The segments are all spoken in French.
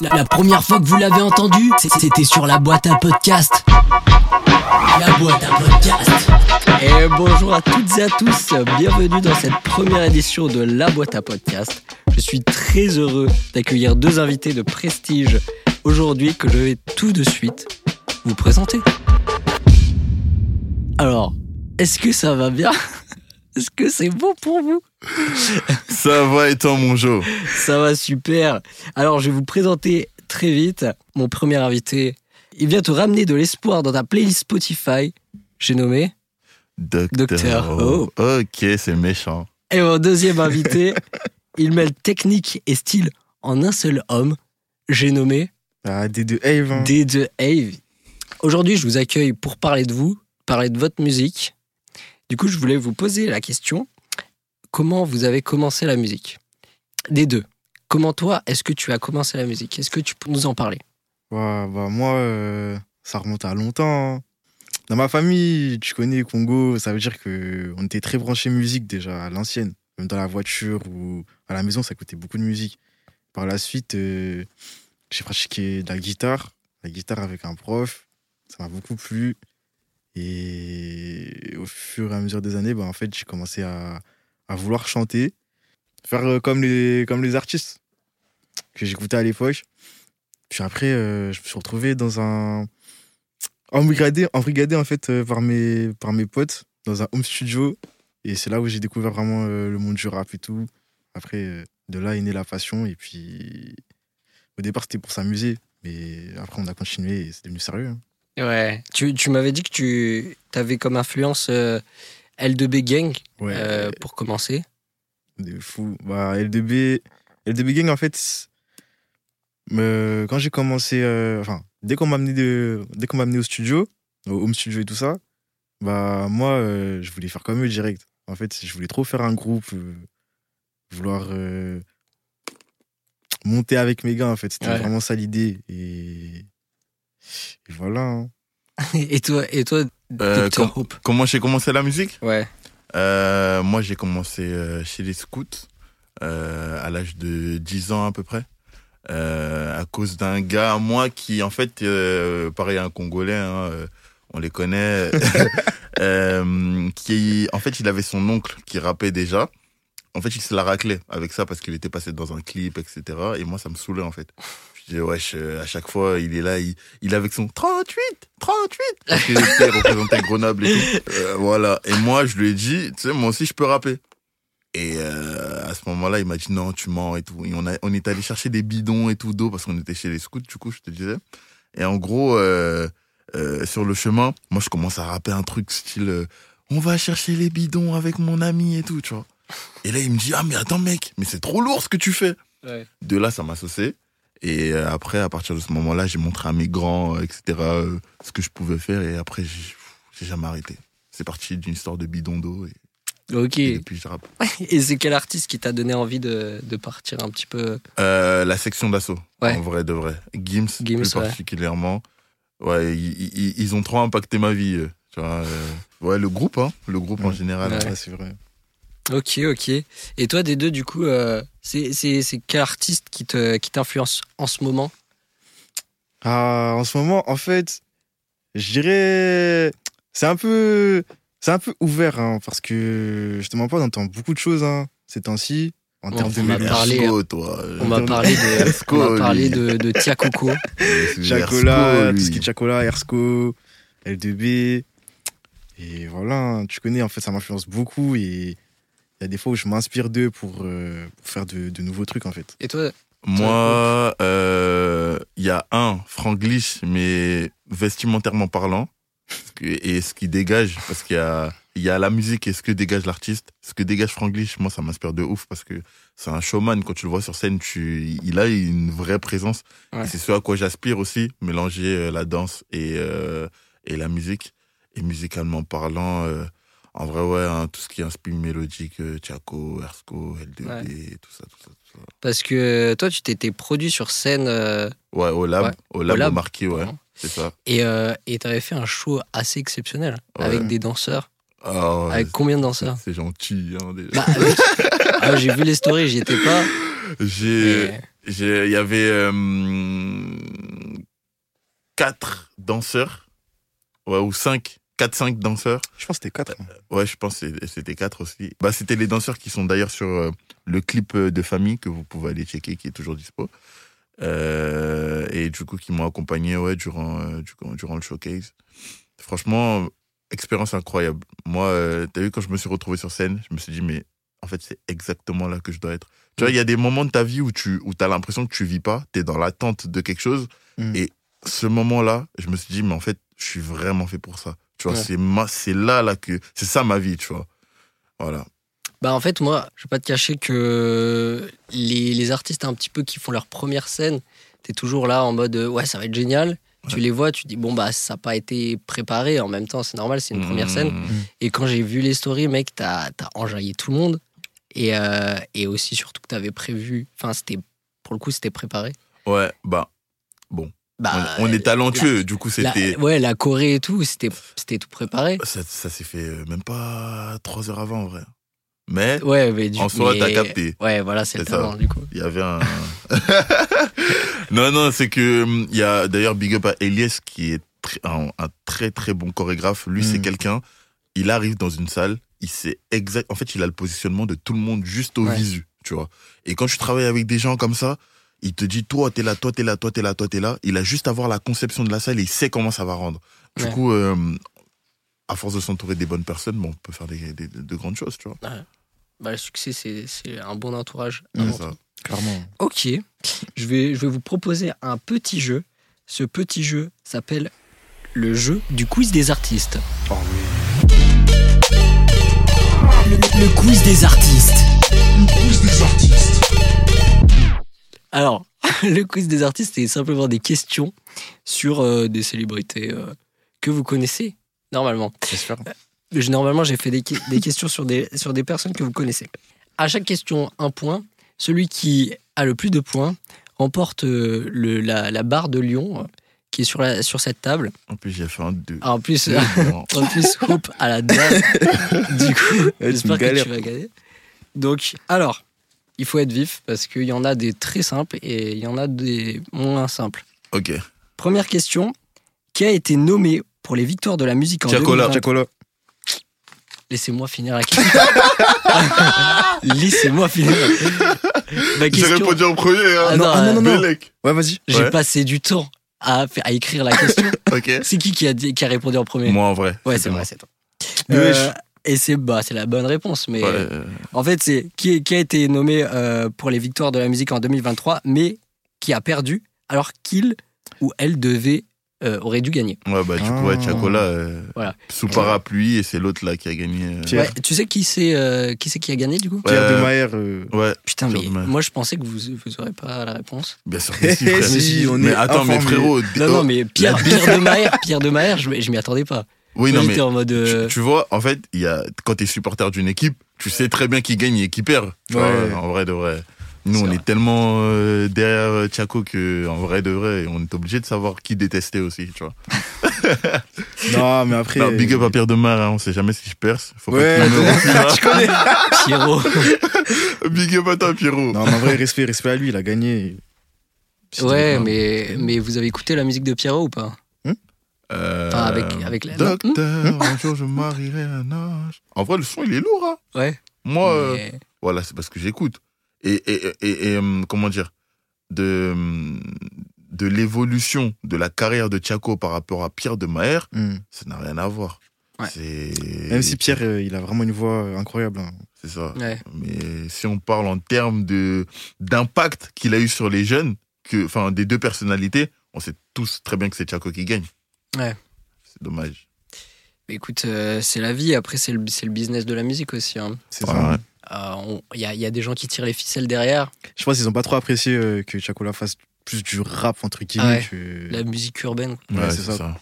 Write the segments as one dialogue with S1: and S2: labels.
S1: La, la première fois que vous l'avez entendu, c'est- c'était sur la boîte à podcast. La boîte à podcast.
S2: Et bonjour à toutes et à tous, bienvenue dans cette première édition de La Boîte à Podcast. Je suis très heureux d'accueillir deux invités de prestige aujourd'hui que je vais tout de suite vous présenter. Alors, est-ce que ça va bien Est-ce que c'est bon pour vous
S3: Ça va étant mon Joe.
S2: Ça va super. Alors, je vais vous présenter très vite mon premier invité. Il vient te ramener de l'espoir dans ta playlist Spotify. J'ai nommé
S3: Docteur
S2: Docteur
S3: O. Ok, c'est méchant.
S2: Et mon deuxième invité, il mêle technique et style en un seul homme. J'ai nommé
S4: Ah, des deux Ave. hein.
S2: D2 Ave. Aujourd'hui, je vous accueille pour parler de vous, parler de votre musique. Du coup, je voulais vous poser la question comment vous avez commencé la musique D2, comment toi, est-ce que tu as commencé la musique Est-ce que tu peux nous en parler
S4: Ouais, bah, moi, euh, ça remonte à longtemps. hein. Dans ma famille, tu connais Congo, ça veut dire que on était très branché musique déjà à l'ancienne. Même dans la voiture ou à la maison, ça coûtait beaucoup de musique. Par la suite, euh, j'ai pratiqué de la guitare, la guitare avec un prof. Ça m'a beaucoup plu. Et au fur et à mesure des années, bah, en fait, j'ai commencé à, à vouloir chanter, faire euh, comme les, comme les artistes que j'écoutais à l'époque. Puis après, euh, je me suis retrouvé dans un. Embrigadé, embrigadé en fait euh, par, mes, par mes potes dans un home studio. Et c'est là où j'ai découvert vraiment euh, le monde du rap et tout. Après, euh, de là est née la passion. Et puis, au départ, c'était pour s'amuser. Mais après, on a continué et c'est devenu sérieux. hein.
S2: Ouais. Tu, tu m'avais dit que tu avais comme influence euh, L2B Gang
S4: Ouais.
S2: euh, pour commencer.
S4: De fou. Bah, LDB, LDB Gang, en fait, euh, quand j'ai commencé, euh, enfin, dès qu'on m'a amené, de- dès qu'on m'a amené au studio, au home studio et tout ça, bah, moi, euh, je voulais faire comme eux direct. En fait, je voulais trop faire un groupe, euh, vouloir euh, monter avec mes gars, en fait. C'était
S2: Ouais.
S4: vraiment ça l'idée. Et, et voilà. hein.
S2: Et toi, et toi
S3: Euh,
S2: Dr.
S3: com-
S2: Hope
S3: comment j'ai commencé la musique
S2: Ouais.
S3: Euh, Moi, j'ai commencé euh, chez les scouts euh, à l'âge de 10 ans à peu près. euh, à cause d'un gars à moi qui, en fait, euh, pareil, un Congolais, hein, euh, on les connaît, euh, qui, en fait, il avait son oncle qui rappait déjà. En fait, il se la raclait avec ça parce qu'il était passé dans un clip, etc. Et moi, ça me saoulait, en fait. Je disais, wesh, euh, à chaque fois, il est là, il, il est avec son 38, 38, parce qu'il était représenté Grenoble et tout. Euh, voilà. Et moi, je lui ai dit, tu sais, moi aussi, je peux rapper. Et euh, à ce moment-là, il m'a dit non, tu mens et tout. Et on, a, on est allé chercher des bidons et tout d'eau parce qu'on était chez les scouts, du coup, je te disais. Et en gros, euh, euh, sur le chemin, moi, je commence à rapper un truc style euh, on va chercher les bidons avec mon ami et tout, tu vois. Et là, il me dit ah, mais attends, mec, mais c'est trop lourd ce que tu fais.
S2: Ouais.
S3: De là, ça m'a saucé. Et euh, après, à partir de ce moment-là, j'ai montré à mes grands, euh, etc., euh, ce que je pouvais faire. Et après, j'ai j'ai jamais arrêté. C'est parti d'une histoire de bidon d'eau. Et,
S2: Ok.
S3: et depuis, je rappe.
S2: Et c'est quel artiste qui t'a donné envie de, de partir un petit peu
S3: Euh, la section d'assaut,
S2: Ouais.
S3: en vrai de vrai. Gims,
S2: Gims,
S3: plus
S2: ouais.
S3: particulièrement. Ouais, ils, ils- ils ont trop impacté ma vie. euh, Tu vois, euh. ouais, le groupe, hein, le groupe en
S4: Ouais.
S3: général.
S2: Ouais.
S4: Ouais, c'est vrai.
S2: Ok, ok. Et toi, des deux, du coup, euh, c'est c'est- c'est quel artiste qui te- qui t'influence en ce moment
S4: Ah, en ce moment, en fait, je dirais. C'est un peu. C'est un peu ouvert, hein, parce que je te mens pas, on entend beaucoup de choses hein, ces temps-ci, en
S2: On
S4: termes de
S2: en a
S4: médias.
S2: parlé.
S3: Let's go, toi.
S2: On m'a parlé de,
S3: Let's
S2: on
S3: go,
S2: m'a parlé
S3: lui.
S2: de, de Tia Coco.
S3: Let's
S4: Jacola,
S3: go,
S4: tout
S3: lui.
S4: ce qui est Jacola, Ersco, L2B. Et voilà, hein, tu connais, en fait, ça m'influence beaucoup et il y a des fois où je m'inspire d'eux pour, euh, pour faire de, de nouveaux trucs, en fait.
S2: Et toi
S3: Moi, euh, il y a un, Franglish, mais vestimentairement parlant, parce que- et ce qui dégage, parce qu'il y a, il y a la musique et ce que dégage l'artiste. Ce que dégage Franglish, moi, ça m'inspire de ouf, parce que c'est un showman. Quand tu le vois sur scène, tu, il a une vraie présence.
S2: Ouais.
S3: Et C'est ce à quoi j'aspire aussi, mélanger euh, la danse et, euh, et la musique. Et musicalement parlant, euh, en vrai, ouais, hein, tout ce qui est inspire mélodique, euh, Tiako, Ersko, LDD, tout ça, tout ça, tout ça.
S2: Parce que toi, tu t'étais produit sur scène euh,
S3: Ouais, au lab,
S2: Ouais.
S3: au lab,
S2: Au lab.
S3: au marqué, ouais,
S2: Pardon.
S3: c'est ça.
S2: et euh, et t'avais fait un show assez exceptionnel
S3: Ouais.
S2: avec des danseurs.
S3: Ah ouais,
S2: avec combien de
S3: c'est-
S2: danseurs
S3: c'est gentil. hein, déjà.
S2: Bah, avec- Ah, J'ai vu les stories, j'y étais pas.
S3: J'ai
S2: mais-
S3: j'ai- il y avait euh, quatre danseurs, ouais, ou cinq, quatre, cinq danseurs.
S4: Je pense que hein, c'était 4.
S3: Ouais, je pense que c'est- c'était quatre aussi. Bah, c'était les danseurs qui sont d'ailleurs sur euh, le clip euh, de famille que vous pouvez aller checker, qui est toujours dispo. Euh, et du coup, qui m'ont accompagné ouais, durant, euh, du coup, durant le showcase. Franchement, euh, expérience incroyable. Moi, euh, t'as vu, quand je me suis retrouvé sur scène, je me suis dit, mais en fait, c'est exactement là que je dois être. Tu vois, il y a des moments de ta vie où tu où as l'impression que tu vis pas, tu es dans l'attente de quelque chose.
S4: Mm.
S3: Et ce moment-là, je me suis dit, mais en fait, je suis vraiment fait pour ça. Tu vois,
S2: Ouais.
S3: c'est ma- c'est là, là que. C'est ça ma vie, tu vois. Voilà.
S2: Bah en fait moi, je vais pas te cacher que les, les artistes un petit peu qui font leur première scène, t'es toujours là en mode euh, ouais ça va être génial. Tu
S3: Ouais.
S2: les vois, tu dis bon bah ça n'a pas été préparé. En même temps c'est normal, c'est une première
S3: Mmh.
S2: scène. Et quand j'ai vu les stories, mec, t'as t'as enjaillé tout le monde. Et, euh, et aussi surtout que t'avais prévu. Enfin c'était pour le coup c'était préparé.
S3: Ouais, bah,
S2: Bah,
S3: on, on est talentueux, du coup,
S2: la-
S3: c'était.
S2: ouais la Corée et tout, c'était c'était tout préparé.
S3: Ça, ça s'est fait euh, même pas trois heures avant, en vrai. Mais
S2: Ouais mais du
S3: en soi,
S2: mais-
S3: t'as capté.
S2: Ouais voilà c'est le
S3: C'est ça.
S2: talent du coup.
S3: Il y avait un. non, non, c'est que. hum, Il y a d'ailleurs Big Up à Elias qui est tr- un, un très très bon chorégraphe. Lui,
S4: Mm.
S2: Hmm.
S3: c'est quelqu'un. Il arrive dans une salle, il sait exact. En fait, il a le positionnement de tout le monde juste au
S2: Ouais.
S3: visu, tu vois. Et quand tu travailles avec des gens comme ça, il te dit Toi, t'es là, toi, t'es là, toi, t'es là, toi, t'es là. Il a juste à voir la conception de la salle et il sait comment ça va rendre. Du
S2: Ouais.
S3: coup, euh, à force de s'entourer des bonnes personnes, bon, on peut faire des, des- de grandes choses, tu vois.
S2: Bah, le succès c'est c'est un bon entourage.
S4: Mmh.
S3: C'est Ah, ça.
S4: Clairement.
S2: Ok, je vais, je vais vous proposer un petit jeu. Ce petit jeu s'appelle le jeu du quiz des artistes.
S4: Oh oui.
S1: Le, le quiz des artistes.
S2: Alors, le quiz des artistes, c'est simplement des questions sur euh, des célébrités euh, que vous connaissez normalement.
S4: J'espère.
S2: Je- Normalement, j'ai fait des, que- des questions sur des, sur des personnes que vous connaissez. À chaque question, un point. Celui qui a le plus de points remporte euh, le- la, la barre de Lyon euh, qui est sur, la, sur cette table.
S3: En plus, j'ai fait un deux.
S2: Ah, en plus,
S3: Non.
S2: En plus, hop, à la dame. du coup,
S4: Ouais, c'est
S2: j'espère
S4: une
S2: que
S4: galère.
S2: tu vas gagner. Donc, alors, il faut être vif parce qu'il y en a des très simples et il y en a des moins simples.
S3: Ok.
S2: Première question qui a été nommé pour les victoires de la musique en
S3: Tiakola.
S2: 2020
S4: Chacola.
S2: Laissez-moi finir la question. Laissez-moi finir la
S3: J'ai
S2: question.
S3: répondu en premier.
S2: Ah
S3: Hein.
S2: non, ah non, non,
S4: non.
S3: Bellec.
S4: Ouais, vas-y.
S2: J'ai
S3: Ouais.
S2: passé du temps à, à écrire la question.
S3: Ok.
S2: C'est qui qui a, dit- qui a répondu en premier
S3: Moi en vrai.
S2: Ouais, c'est
S3: moi.
S2: vrai, c'est toi.
S4: Mais
S2: Euh, et c'est bah, c'est la bonne réponse, mais
S3: Ouais, euh,
S2: En fait, c'est qui, qui a été nommé euh, pour les victoires de la musique en 2023, mais qui a perdu alors qu'il ou elle devait euh, aurait dû gagner.
S3: ouais, bah du coup, ouais,
S4: Ah.
S3: Chacola, euh,
S2: Voilà.
S3: sous parapluie, et c'est l'autre là qui a gagné. euh,
S4: Pierre.
S2: Ouais, tu sais qui c'est euh, qui c'est qui a gagné du coup
S3: Ouais.
S4: Pierre
S3: euh,
S4: de Maher. euh,
S3: Ouais,
S2: Putain, mais
S3: Pierre Dumas.
S2: moi je pensais que vous vous aurez pas la réponse.
S3: bien sûr. que si, frère.
S4: Si, on
S3: mais
S4: est
S3: attends, mais
S4: informés.
S3: frérot.
S2: Non,
S3: oh,
S2: non, mais Pierre, Pierre de Maher, Pierre de Maher, je, m- je m'y attendais pas.
S3: Oui,
S2: Moi,
S3: non, mais
S2: j'étais en mode. euh,
S3: tu, tu vois, en fait, il y a, quand t'es supporter d'une équipe, tu sais très bien qui gagne et qui perd. Tu vois,
S4: Ouais.
S3: en vrai de vrai. Nous,
S2: C'est
S3: on
S2: vrai.
S3: est tellement euh, derrière euh, Chaco que, en vrai de vrai, on est obligé de savoir qui détester aussi, tu vois.
S4: Non, mais après. euh,
S3: Non, big up
S2: euh,
S3: à Pierre de Mar, hein, on sait jamais si je perce. Faut pas
S4: Ouais,
S3: qu'il me-
S4: je connais.
S3: hein.
S2: Pierrot.
S3: Big up à toi, Pierrot.
S4: Non, mais en vrai, respect, respect à lui, il a gagné.
S2: ouais, mais, mais vous avez écouté la musique de Pierrot ou pas
S3: Euh,
S2: Enfin, Ah, avec- avec la- hmm?
S3: Docteur, un jour je marierai un ange. En vrai, le son, il est lourd. hein.
S2: Ouais.
S3: Moi, euh,
S2: Mais-
S3: voilà, c'est parce que j'écoute. Et, et, et, et, et, hum, comment dire De, hum, de l'évolution de la carrière de Chaco par rapport à Pierre de Maher,
S4: Hmm.
S3: ça n'a rien à voir.
S2: Ouais.
S3: C'est...
S4: Même si Pierre, euh, il a vraiment une voix euh, incroyable. hein.
S3: C'est ça.
S2: Ouais.
S3: Mais si on parle en termes de, d'impact qu'il a eu sur les jeunes, que, enfin, des deux personnalités, on sait tous très bien que c'est Chaco qui gagne.
S2: Ouais.
S3: C'est dommage.
S2: mais écoute, euh, c'est la vie. Après, c'est le, c'est le business de la musique aussi. hein.
S4: C'est
S3: Ouais.
S4: ça.
S2: Euh, on- Il y, a, il y a des gens qui tirent les ficelles derrière.
S4: Je pense qu'ils ont pas trop apprécié euh, que Chacola fasse plus du rap, entre
S2: Ah
S4: guillemets.
S2: ouais.
S4: que-
S2: La musique urbaine.
S4: Ouais, c'est ça.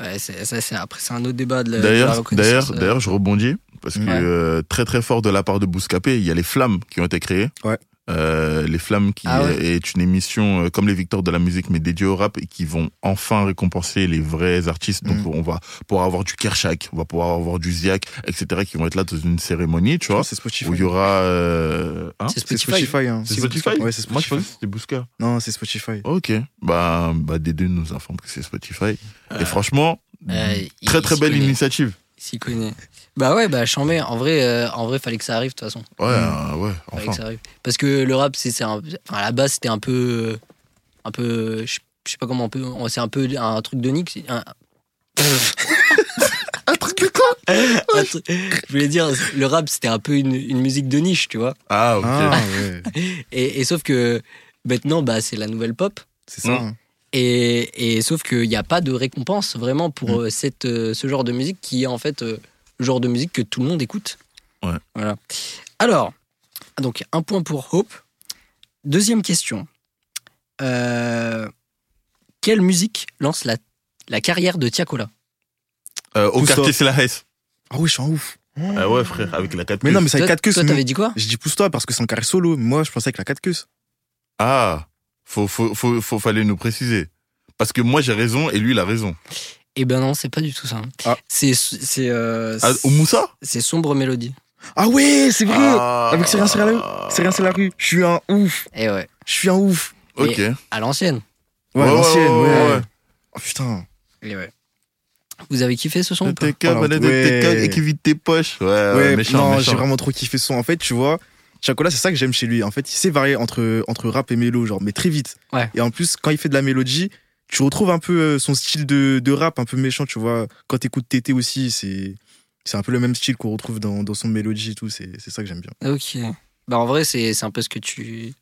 S2: Ouais, c'est- ça, c'est- après, c'est un autre débat de la, de la
S3: D'ailleurs,
S2: reconnaissance,
S3: d'ailleurs,
S2: euh,
S3: d'ailleurs, je rebondis parce que
S4: Ouais.
S3: euh, très très fort de la part de Bouscapé, il y a les flammes qui ont été créées.
S4: Ouais.
S3: euh, Les Flammes, qui
S2: Ah ouais.
S3: est une émission euh, comme les Victoires de la musique, mais dédiée au rap et qui vont enfin récompenser les vrais artistes. Donc,
S4: Mhm.
S3: on va pouvoir avoir du Kershak, on va pouvoir avoir du Ziak, etc., qui vont être là dans une cérémonie, tu vois,
S4: C'est Spotify.
S3: où il y aura. euh, hein
S2: C'est
S4: C'est
S2: Spotify.
S4: Spotify. hein.
S3: c'est Spotify
S4: Ouais, c'est
S3: Moi, je
S4: Spotify.
S3: pensais Oh, que c'était Boosker.
S4: Non, c'est Spotify.
S3: Ok. Bah, bah, des deux nous informe que c'est Spotify.
S2: Euh,
S3: et franchement,
S2: euh, il-
S3: très
S2: il
S3: très
S2: s'y
S3: belle
S2: connaît.
S3: initiative.
S2: S'y connaît. Bah ouais, bah chambé. En vrai, euh, en vrai, fallait que ça arrive de toute façon.
S3: Ouais,
S4: Mm.
S3: euh, ouais,
S2: Fallait
S3: enfin.
S2: que ça arrive. Parce que le rap, c'est c'est un- enfin, à la base, c'était un peu, euh, un peu, euh, je je sais pas comment on peut, on- c'est un peu un truc de Nick. c'est Un,
S3: Un truc de quoi
S2: un truc- je voulais dire, le rap, c'était un peu une, une musique de niche, tu vois.
S3: Ah, ok.
S4: Ah, ouais.
S2: Et, et sauf que maintenant, bah, c'est la nouvelle pop.
S4: C'est ça.
S3: Mm.
S4: hein.
S2: Et, et sauf qu'il n'y a pas de récompense vraiment pour
S4: Mm.
S2: euh, cette, euh, ce genre de musique qui est en fait euh, le genre de musique que tout le monde écoute.
S3: Ouais.
S2: Voilà. Alors, donc un point pour Hope. Deuxième question. Euh, quelle musique lance la, la carrière de Tiakola
S3: Euh, au
S4: Pousse-toi.
S3: quartier, c'est la Hesse.
S4: Ah ouais, je suis un ouf.
S3: Ah ouais, frère, avec la 4
S4: Mais non, mais c'est avec
S2: Toi,
S4: 4 queues.
S2: toi,
S4: c'est
S2: t'avais
S4: mieux.
S2: dit quoi
S4: Je dis pousse-toi parce que c'est en carré solo. Moi, je pensais avec la 4 queues.
S3: Ah, faut, faut, faut, faut- fallait nous préciser. Parce que moi, j'ai raison et lui, il a raison.
S2: Eh ben non, c'est pas du tout ça.
S4: Ah.
S2: C'est c'est euh,
S3: Ah, au Moussa
S2: c'est sombre mélodie.
S4: Ah ouais, c'est vrai.
S3: Ah.
S4: Avec Sérien Serralou. C'est rien, c'est la rue. Je suis un ouf.
S2: Et Eh ouais,
S4: Je suis un ouf.
S3: Ok.
S2: à l'ancienne.
S4: Ouais,
S3: Ouais, ouais,
S4: l'ancienne,
S3: ouais,
S4: ouais.
S3: ouais.
S4: Oh putain.
S2: Eh ouais. Vous avez kiffé ce son
S3: De
S2: ou pas
S3: tes câbles,
S4: Voilà,
S3: de tes
S4: ouais.
S3: câbles, et qui vide tes poches. Ouais, ouais,
S4: Ouais,
S3: Euh, méchant,
S4: non, j'ai
S3: méchant.
S4: vraiment trop kiffé son. En fait, tu vois, Chacola, c'est ça que j'aime chez lui. En fait, il sait varier entre, entre rap et mélo, genre, mais très vite.
S2: Ouais.
S4: Et en plus, quand il fait de la mélodie, tu retrouves un peu euh, son style de, de rap, un peu méchant, tu vois. Quand t'écoutes Tété aussi, c'est. C'est un peu le même style qu'on retrouve dans, dans son mélodie et tout, c'est c'est ça que j'aime bien.
S2: Ok. Bah en vrai, c'est c'est un peu ce que tu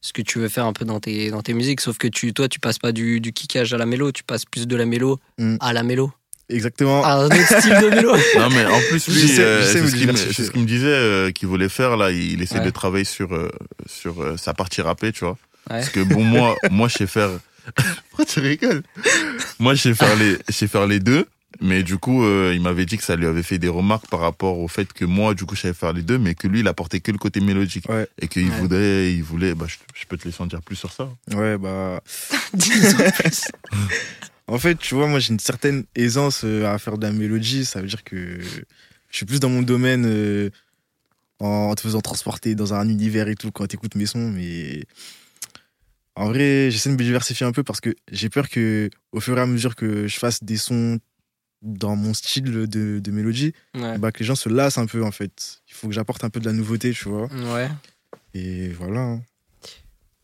S2: ce que tu veux faire un peu dans tes, dans tes musiques, sauf que tu, toi, tu passes pas du, du kickage à la mélo, tu passes plus de la mélo
S4: Mm. Oh.
S2: à la mélo.
S4: Exactement.
S2: À un autre style de mélo.
S3: Non, mais en plus,
S4: Je
S3: lui,
S4: sais, je
S3: euh,
S4: sais
S3: c'est
S4: où
S3: ce
S4: il
S3: qu'il
S4: va
S3: me-
S4: chercher.
S3: c'est ce qu'il me disait euh, qu'il voulait faire, là. Il, il essaie
S2: Ouais.
S3: de travailler sur, euh, sur euh, sa partie rappée, tu vois.
S2: Ouais.
S3: Parce que bon, moi, moi, je sais faire. Pourquoi tu rigoles Moi, je sais faire les, je sais faire les deux. Mais du coup, euh, il m'avait dit que ça lui avait fait des remarques par rapport au fait que moi, du coup, je savais faire les deux, mais que lui, il apportait que le côté mélodique.
S4: Ouais.
S3: Et qu'il
S2: Ouais.
S3: voudrait, il voulait, bah, je, je peux te laisser en dire plus sur ça.
S4: Ouais, bah.
S2: Dis-en plus.
S4: En fait, tu vois, moi j'ai une certaine aisance euh, à faire de la mélodie. Ça veut dire que je suis plus dans mon domaine euh, en te faisant transporter dans un univers et tout quand t'écoutes mes sons. Mais en vrai, j'essaie de me diversifier un peu parce que j'ai peur que, au fur et à mesure que je fasse des sons dans mon style de, de mélodie,
S2: Ouais.
S4: bah, que les gens se lassent un peu en fait. Il faut que j'apporte un peu de la nouveauté, tu vois.
S2: ouais.
S4: Et voilà. hein.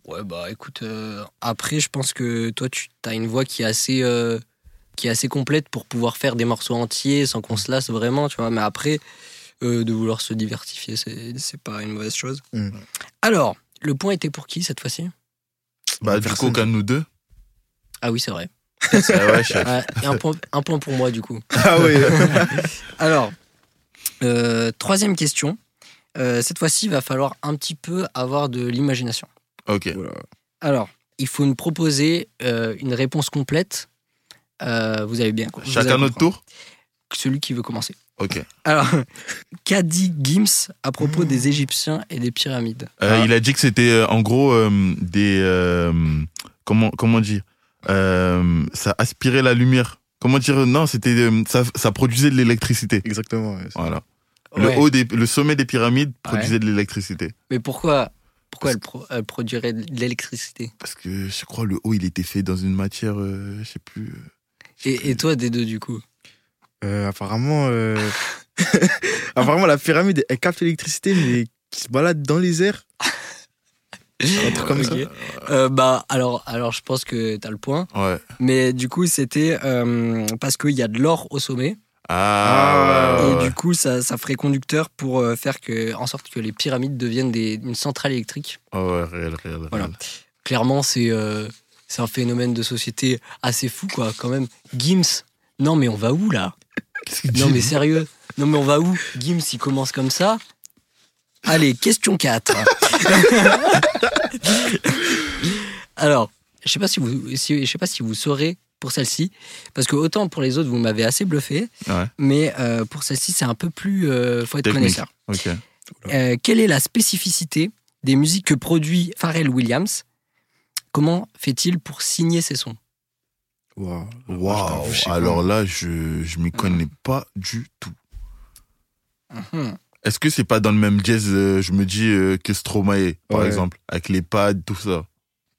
S2: Ouais, bah écoute, euh, après, je pense que toi, tu as une voix qui est assez. euh, qui est assez complète pour pouvoir faire des morceaux entiers sans qu'on se lasse vraiment, tu vois. Mais après, euh, de vouloir se diversifier, c'est c'est pas une mauvaise chose.
S4: Mm.
S2: Alors, le point était pour qui cette fois-ci
S3: Bah, du
S4: Personne.
S3: coup, aucun de nous deux.
S2: Ah oui, c'est vrai.
S3: Ah ouais, chef.
S2: Ouais, et un, point, un point pour moi, du coup.
S4: Ah ouais.
S2: Alors, euh, troisième question. Euh, cette fois-ci, il va falloir un petit peu avoir de l'imagination.
S3: Ok.
S4: Voilà.
S2: Alors, il faut nous proposer euh, une réponse complète. Euh, vous avez bien vous
S3: Chacun
S2: avez
S3: notre
S2: compris.
S3: tour
S2: Celui qui veut commencer.
S3: Ok.
S2: Alors, qu'a dit Gims à propos
S4: Mmh.
S2: des Égyptiens et des pyramides
S3: Euh,
S4: Ah.
S3: Il a dit que c'était euh, en gros euh, des euh, comment comment dire Euh, ça aspirait la lumière. Comment dire non c'était euh, ça, ça produisait de l'électricité.
S4: Exactement. ouais.
S3: Voilà.
S2: Ouais.
S3: Le haut des le sommet des pyramides
S2: Ouais.
S3: produisait de l'électricité
S2: Mais pourquoi, pourquoi elle, pro- elle produirait de l'électricité
S3: parce que je crois le haut il était fait dans une matière euh, je sais plus. euh, je sais plus.
S2: et, et toi, des deux, du coup
S4: Euh, apparemment, euh, apparemment, la pyramide, elle capte l'électricité, mais qui se balade dans les airs. Un truc comme ça.
S2: Ok. Euh, bah, alors, alors, je pense que tu as le point.
S3: Ouais.
S2: Mais du coup, c'était euh, parce qu'il y a de l'or au sommet.
S3: Ah,
S4: Ah,
S3: ouais,
S2: et
S3: ouais, ouais.
S2: du coup, ça, ça ferait conducteur pour euh, faire que, en sorte que les pyramides deviennent des, une centrale électrique.
S3: Ah ouais, réel, réel, réel.
S2: Voilà. Clairement, c'est euh, c'est un phénomène de société assez fou, quoi, quand même. Gims, non, mais on va où là
S3: Qu'est-ce qu'il dit
S2: Non, mais sérieux Non, mais on va où Gims, il commence comme ça. Allez, question 4. Alors, je sais pas si vous si- je sais pas si vous saurez pour celle-ci parce que autant pour les autres vous m'avez assez bluffé,
S3: Ouais.
S2: mais euh, pour celle-ci c'est un peu plus euh, faut être
S3: Technique.
S2: connaisseur.
S3: Ok.
S2: Euh, quelle est la spécificité des musiques que produit Pharrell Williams. Comment fait-il pour signer ses sons
S4: Waouh.
S3: Waouh,
S4: Je sais pas.
S3: alors là, je, je m'y connais pas du tout.
S2: Mhm.
S3: Est-ce que c'est pas dans le même jazz, euh, je me dis, euh, que Stromae, par
S4: Ouais.
S3: exemple, avec les pads, tout ça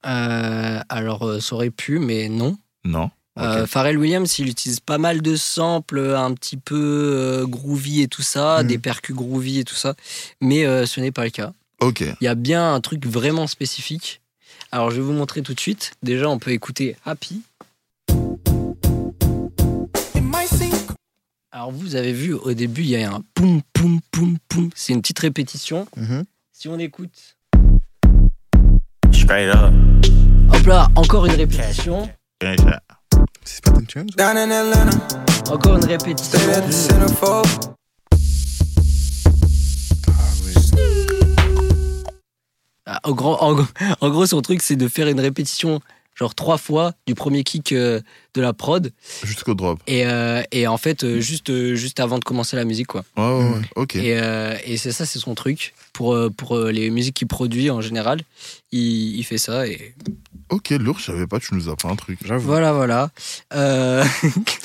S2: Euh, Alors, euh, ça aurait pu, mais non.
S3: Non Ok.
S2: Euh, Pharrell Williams, il utilise pas mal de samples un petit peu euh, groovy et tout ça,
S4: Mm.
S2: des percus groovy et tout ça, mais euh, ce n'est pas le cas.
S3: Ok.
S2: Il y a bien un truc vraiment spécifique. Alors je vais vous montrer tout de suite. Déjà, on peut écouter Happy. Alors vous avez vu au début, il y a un poum poum poum poum. C'est une petite répétition.
S4: Mhm.
S2: Si on écoute,
S5: Straight up.
S2: hop là, encore une répétition,
S4: C'est pas Tom Jones ouais
S6: Down in Atlanta,
S2: encore une répétition.
S6: stayed at the centerfold.
S4: Ah ouais.
S2: Ah, en, gros, en, gros- en gros, son truc, c'est de faire une répétition, genre trois fois, du premier kick euh, de la prod.
S3: Jusqu'au drop.
S2: Et, euh, et en fait, euh, juste, euh, juste avant de commencer la musique, quoi.
S3: Ouais, ouais, ouais. Ok.
S2: Et, euh, et c'est ça, c'est son truc. Pour, euh, pour euh, les musiques qu'il produit en général, il, il fait ça. Et
S3: Ok, lourd, je savais pas, tu nous as pas un truc.
S4: J'avoue.
S2: voilà, voilà. Euh,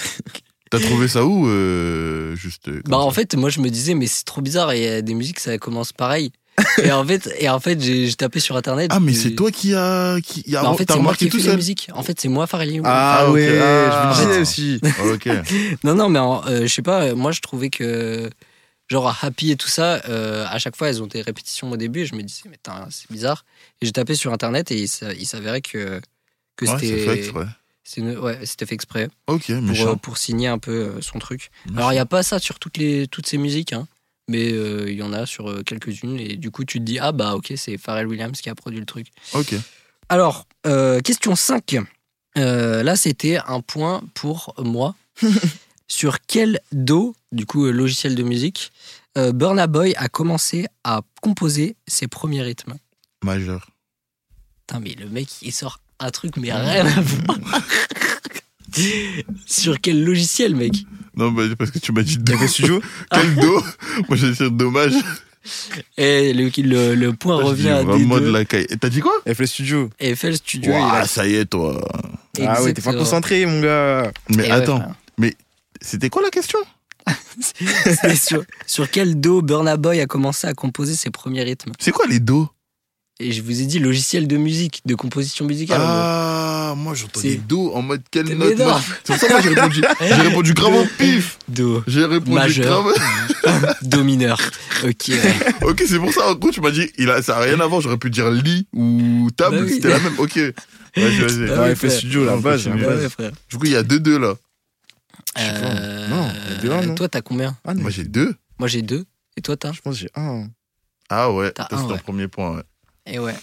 S3: T'as trouvé ça où euh, Juste. euh, comme
S2: bah,
S3: ça
S2: en fait, moi, je me disais, mais c'est trop bizarre. Il y a des musiques, ça commence pareil. et en fait, et en fait j'ai j'ai tapé sur Internet.
S3: Ah, mais
S2: Et-
S3: c'est toi qui a. Qui, y a
S2: Bah, en fait,
S3: t'as
S2: c'est moi
S3: remarqué
S2: qui
S3: tout
S2: fais les
S3: seul
S2: musiques. En fait, c'est moi, Farrelly.
S4: Ah,
S3: Ah, ok.
S4: ouais,
S3: Ah.
S4: je me disais aussi.
S3: Ok.
S2: Non, non, mais en- euh, je sais pas, euh, moi je trouvais que, genre, à Happy et tout ça, euh, à chaque fois, elles ont des répétitions au début, et je me disais, mais tain, c'est bizarre. Et j'ai tapé sur internet et il s'a- il s'avérait que, que
S3: Ouais, c'est fait
S2: c'était.
S3: exprès.
S2: c'est une- Ouais, c'était fait exprès
S3: Ok,
S2: pour,
S3: méchant.
S2: euh, pour signer un peu euh, son truc.
S3: méchant.
S2: Alors, il n'y a pas ça sur toutes, les, toutes ces musiques, hein, mais euh, il y en a sur euh, quelques-unes, et du coup, tu te dis, ah bah ok, c'est Pharrell Williams qui a produit le truc.
S3: Ok.
S2: Alors, euh, question 5. Euh, là, c'était un point pour moi. Sur quel dos, du coup, euh, logiciel de musique, euh, Burna Boy a commencé à composer ses premiers rythmes
S3: Majeur.
S2: Putain, mais le mec, il sort un truc, mais rien à voir. Sur quel logiciel, mec
S3: Non, bah, parce que tu m'as dit
S4: Il y
S3: dos.
S4: avait studio
S3: Quel dos Moi, j'ai dit dommage.
S2: Et Eh, le, le, le point
S3: Je dis
S2: revient à des
S3: Vraiment de
S2: deux.
S3: la caille. T'as dit quoi
S4: F le studio.
S2: FL Studio. il
S3: Ouah,
S2: a-
S3: ça y est, toi.
S4: Ah ouais, t'es pas
S2: Exactement.
S4: concentré, mon gars.
S3: Mais
S2: Et Eh ouais,
S3: attends,
S2: frère.
S3: c'était quoi la question
S2: C'était sur, sur quel dos Burna Boy a commencé à composer ses premiers rythmes
S3: C'est quoi les dos
S2: Et je vous ai dit logiciel de musique, de composition musicale.
S3: Ah, moi, j'entendais
S2: C'est-
S3: dos en mode quelle
S2: Mais
S3: note
S2: non.
S3: moi, C'est pour ça que moi, j'ai répondu. J'ai répondu grave au pif.
S2: Do,
S3: J'ai répondu
S2: Majeur.
S3: grave.
S2: do mineur. Ok. ouais.
S3: Ok, c'est pour ça, en gros, tu m'as dit, il a, ça n'a rien à voir, j'aurais pu dire lit ou table,
S2: Bah oui.
S3: c'était la même. Ok, vas-y,
S2: Ah oui,
S3: vas-y.
S4: Ouais, F le
S2: frère.
S4: studio, la
S3: Non,
S4: base.
S3: c'est
S4: la
S3: mieux.
S2: Ouais,
S4: base.
S2: ouais, frère.
S3: Du coup, il y a deux deux là.
S4: Je sais pas.
S2: Euh,
S4: Non, il y a deux, un, non
S2: Toi, t'as combien
S4: Ah non,
S3: Moi, j'ai deux.
S2: Moi, j'ai deux. Et toi, t'as
S4: je pense que j'ai un.
S3: Ah ouais,
S2: T'as
S3: ça, c'est
S2: un,
S3: ton
S2: ouais.
S3: premier point. ouais.
S2: Et ouais.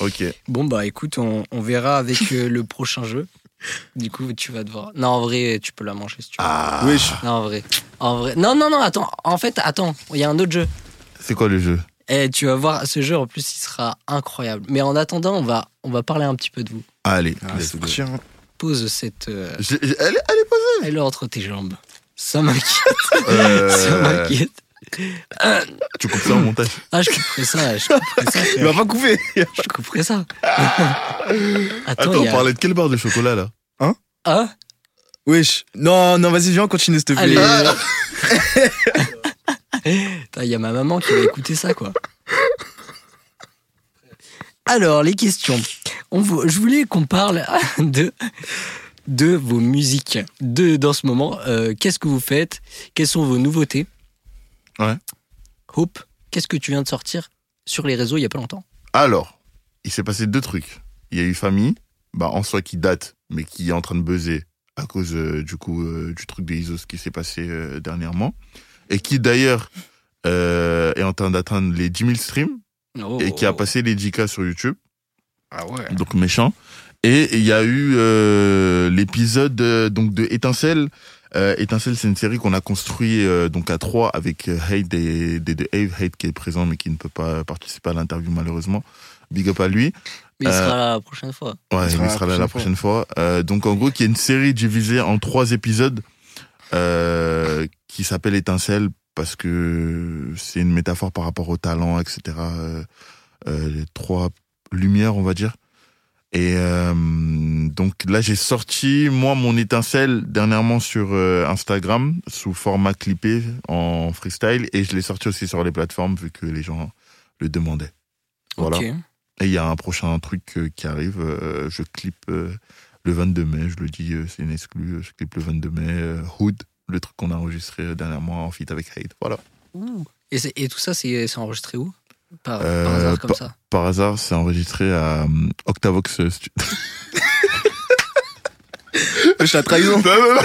S3: Ok.
S2: Bon, bah écoute, on, on verra avec euh, le prochain jeu. Du coup, tu vas devoir. Non, en vrai, tu peux la manger si tu veux.
S3: Ah,
S4: Wesh.
S2: Non, en vrai. En vrai. Non, non, non, attends. En fait, attends. Il y a un autre jeu.
S3: c'est quoi le jeu
S2: Et tu vas voir, ce jeu, en plus, il sera incroyable. Mais en attendant, on va, on va parler un petit peu de vous.
S3: Allez,
S4: Ah,
S3: let's
S4: c'est
S3: go.
S4: chiant.
S2: Pose cette. euh,
S3: J'ai- j'ai- elle, est- elle est posée.
S2: Elle est entre tes jambes. Ça m'inquiète.
S3: Euh,
S2: Ça m'inquiète.
S3: tu coupes ça au montage.
S2: Ah, je couperais ça, je couperais ça,
S4: Il
S2: frère.
S4: va pas couper.
S2: je couperais ça. Attends,
S3: Attends,
S2: il y
S3: on
S2: a-
S3: parlait de quelle barre de chocolat là
S2: Ah,
S4: Wesh. Non, non, vas-y, viens, continue, s'il te plaît.
S2: allez.
S3: Ah.
S2: Putain, Il y a ma maman qui va écouter ça, quoi. Alors, les questions. On vous- Je voulais qu'on parle de, de vos musiques. De, dans ce moment, euh, qu'est-ce que vous faites Quelles sont vos nouveautés
S3: Ouais.
S2: Hope, qu'est-ce que tu viens de sortir sur les réseaux il y a pas longtemps
S3: Alors, il s'est passé deux trucs. Il y a eu Famille, bah, en soi qui date, mais qui est en train de buzzer à cause euh, du coup euh, du truc des Isos qui s'est passé euh, dernièrement. Et qui d'ailleurs euh, est en train d'atteindre les 10 000 streams et qui
S2: Oh.
S3: a passé les 10K sur YouTube.
S2: Ah ouais.
S3: donc méchant. Et il y a eu euh, l'épisode euh, donc de Étincelle. Euh, Étincelle, c'est une série qu'on a construit euh, donc à trois avec euh, Hate et, des de Ave, Hate qui est présent mais qui ne peut pas participer à l'interview malheureusement. Big up à lui.
S2: Mais il
S3: Euh,
S2: sera là la prochaine fois.
S3: Ouais, il sera, là la prochaine fois. Euh, donc en gros, qui est une série divisée en trois épisodes euh, qui s'appelle Étincelle parce que c'est une métaphore par rapport au talent, etc. euh, euh, les trois lumières, on va dire. Et euh, donc là, j'ai sorti, moi, mon étincelle dernièrement sur euh, Instagram, sous format clippé en freestyle, et je l'ai sorti aussi sur les plateformes, vu que les gens le demandaient. Voilà.
S2: Ok.
S3: Et il y a un prochain truc euh, qui arrive. euh, je clip euh, le 22 mai, je le dis, euh, c'est une exclue. euh, Je clip le 22 mai, euh, Hood, le truc qu'on a enregistré euh, dernièrement en feat avec Hate. Voilà.
S2: Et, c'est- et tout ça, c'est c'est enregistré où par, par
S3: Euh,
S2: hasard comme
S3: pas-
S2: ça.
S3: Par hasard, c'est enregistré à euh, Octavox euh, Studio.
S4: Je suis la trahison.
S3: Non, non, non.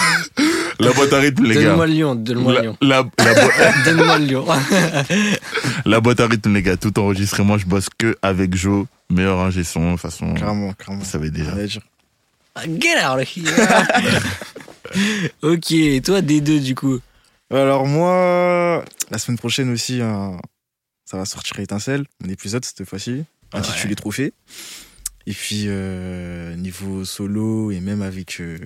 S3: La boîte à rythme, les gars.
S2: Donne-moi le lion, donne-moi le
S3: La,
S2: lion.
S3: la- la boi-
S2: Donne-moi le lion.
S3: la boîte à rythme, les gars. Tout enregistré. Moi, je bosse que avec Joe, meilleur ingé son. De toute façon,
S4: Clairement, Ah, clairement.
S3: vous savez déjà.
S4: Rien à dire.
S2: Get out of here. ok, et toi, des deux, du coup
S4: Alors moi, la semaine prochaine aussi, hein, ça va sortir Étincelle, mon épisode cette fois-ci, intitulé Trophée. Et puis euh, niveau solo et même avec euh,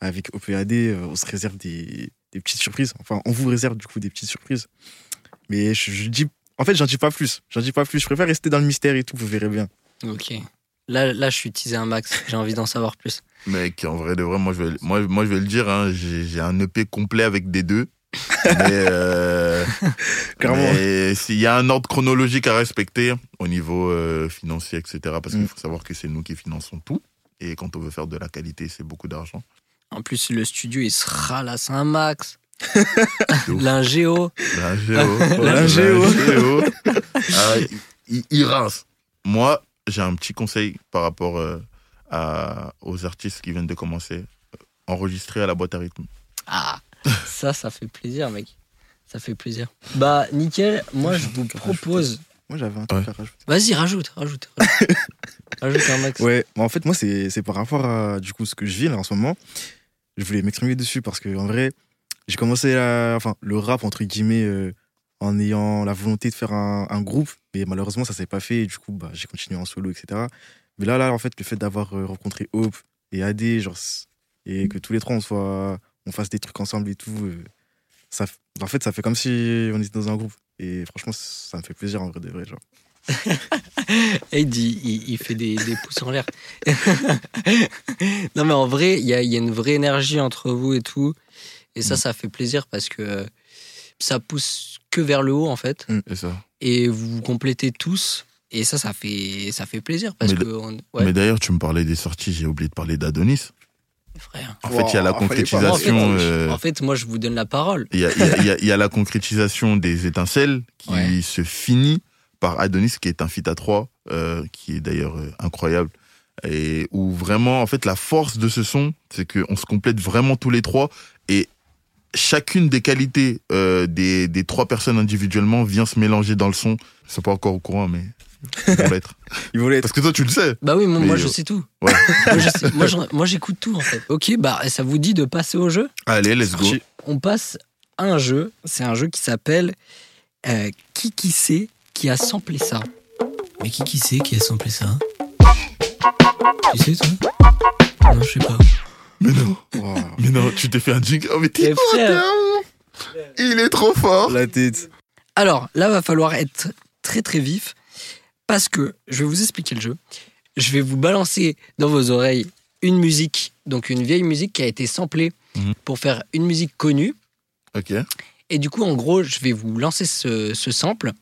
S4: avec OPAD, euh, on se réserve des, des petites surprises. Enfin, on vous réserve du coup des petites surprises. Mais je, je dis, en fait, j'en dis pas plus. J'en dis pas plus. Je préfère rester dans le mystère et tout. Vous verrez bien.
S2: Ok. Là, là, je suis teasé un max. J'ai envie d'en savoir plus.
S3: Mec, en vrai de vrai, moi je vais, moi, moi, je vais le dire, hein, j'ai j'ai un EP complet avec des deux. mais euh,
S4: Clairement.
S3: mais s'il y a un ordre chronologique à respecter au niveau euh, financier, etc. Parce qu'il
S4: Mm.
S3: faut savoir que c'est nous qui finançons tout. Et quand on veut faire de la qualité, c'est beaucoup d'argent.
S2: En plus, le studio, il sera là, c'est un max.
S3: ouf.
S2: L'ingéo.
S3: L'ingéo.
S4: L'ingéo.
S3: Ah, il, il- il rince. Moi, j'ai un petit conseil par rapport euh, à, aux artistes qui viennent de commencer. euh, Enregistrer à la boîte à rythme.
S2: Ah, ça, ça fait plaisir, mec. Ça fait plaisir. Bah, nickel. Moi, je vous propose.
S4: Moi, j'avais un truc
S3: Ouais.
S4: à rajouter.
S2: Vas-y, rajoute, rajoute. Rajoute, Rajoute un max.
S4: Ouais, mais en fait, moi, c'est c'est par rapport à du coup ce que je vis là en ce moment. Je voulais m'exprimer dessus parce que en vrai, j'ai commencé à, enfin, le rap entre guillemets euh, en ayant la volonté de faire un, un groupe, mais malheureusement, ça s'est pas fait. Et du coup, bah, j'ai continué en solo, etc. Mais là, là, en fait, le fait d'avoir euh, rencontré Hope et AD, genre, c- et que tous les trois on soit, on fasse des trucs ensemble et tout, euh, ça, f- en fait, ça fait comme si on était dans un groupe. Et franchement, ça me fait plaisir en vrai de vrai, genre.
S2: Ed, il, il- il fait des, des pouces en l'air. non, mais en vrai, il y a, il y a une vraie énergie entre vous et tout. Et
S3: Mm.
S2: ça, ça fait plaisir parce que euh, ça pousse que vers le haut, en fait.
S3: C'est ça.
S2: Et vous vous complétez tous. Et ça, ça fait, ça fait plaisir parce
S3: Mais
S2: que.
S3: le-
S2: on- ouais,
S3: Mais d'ailleurs, tu me parlais des sorties, j'ai oublié de parler d'Adonis.
S2: frère.
S3: En
S4: Wow,
S3: fait, il y a
S2: Moi, en,
S3: la
S4: fallait pas.
S2: fait,
S3: concrétisation. euh,
S2: en fait, moi, je vous donne la parole.
S3: Il y, a- il y a- il y a- il y a la concrétisation des étincelles qui
S2: Ouais.
S3: se finit par Adonis, qui est un fit à 3, qui est d'ailleurs euh, incroyable. Et où vraiment, en fait, la force de ce son, c'est qu'on se complète vraiment tous les trois. Et chacune des qualités euh, des, des trois personnes individuellement vient se mélanger dans le son. Ils sont pas encore au courant, mais ils vont l'être.
S4: Ils voulaient être
S3: Parce que toi, tu le sais.
S2: Bah oui, moi,
S3: Mais,
S2: moi, je
S3: euh,
S2: sais tout.
S3: ouais.
S2: Moi, je sais- moi, je- moi, j'écoute tout, en fait. Ok, bah, ça vous dit de passer au jeu
S3: Allez, let's go.
S4: sortis.
S2: on passe à un jeu. C'est un jeu qui s'appelle euh, Qui qui sait qui a samplé ça
S1: Mais qui qui c'est qui a samplé ça Tu sais toi Non, je sais pas.
S3: Mais non.
S4: Wow.
S3: Mais non, tu t'es fait un jingle. Oh, mais t'es
S2: Eh, frère.
S3: Il est trop fort.
S4: la tête.
S2: Alors là, va falloir être très très vif parce que je vais vous expliquer le jeu. Je vais vous balancer dans vos oreilles une musique, donc une vieille musique qui a été samplée
S3: Mhm.
S2: pour faire une musique connue.
S3: Ok.
S2: Et du coup, en gros, je vais vous lancer ce, ce sample.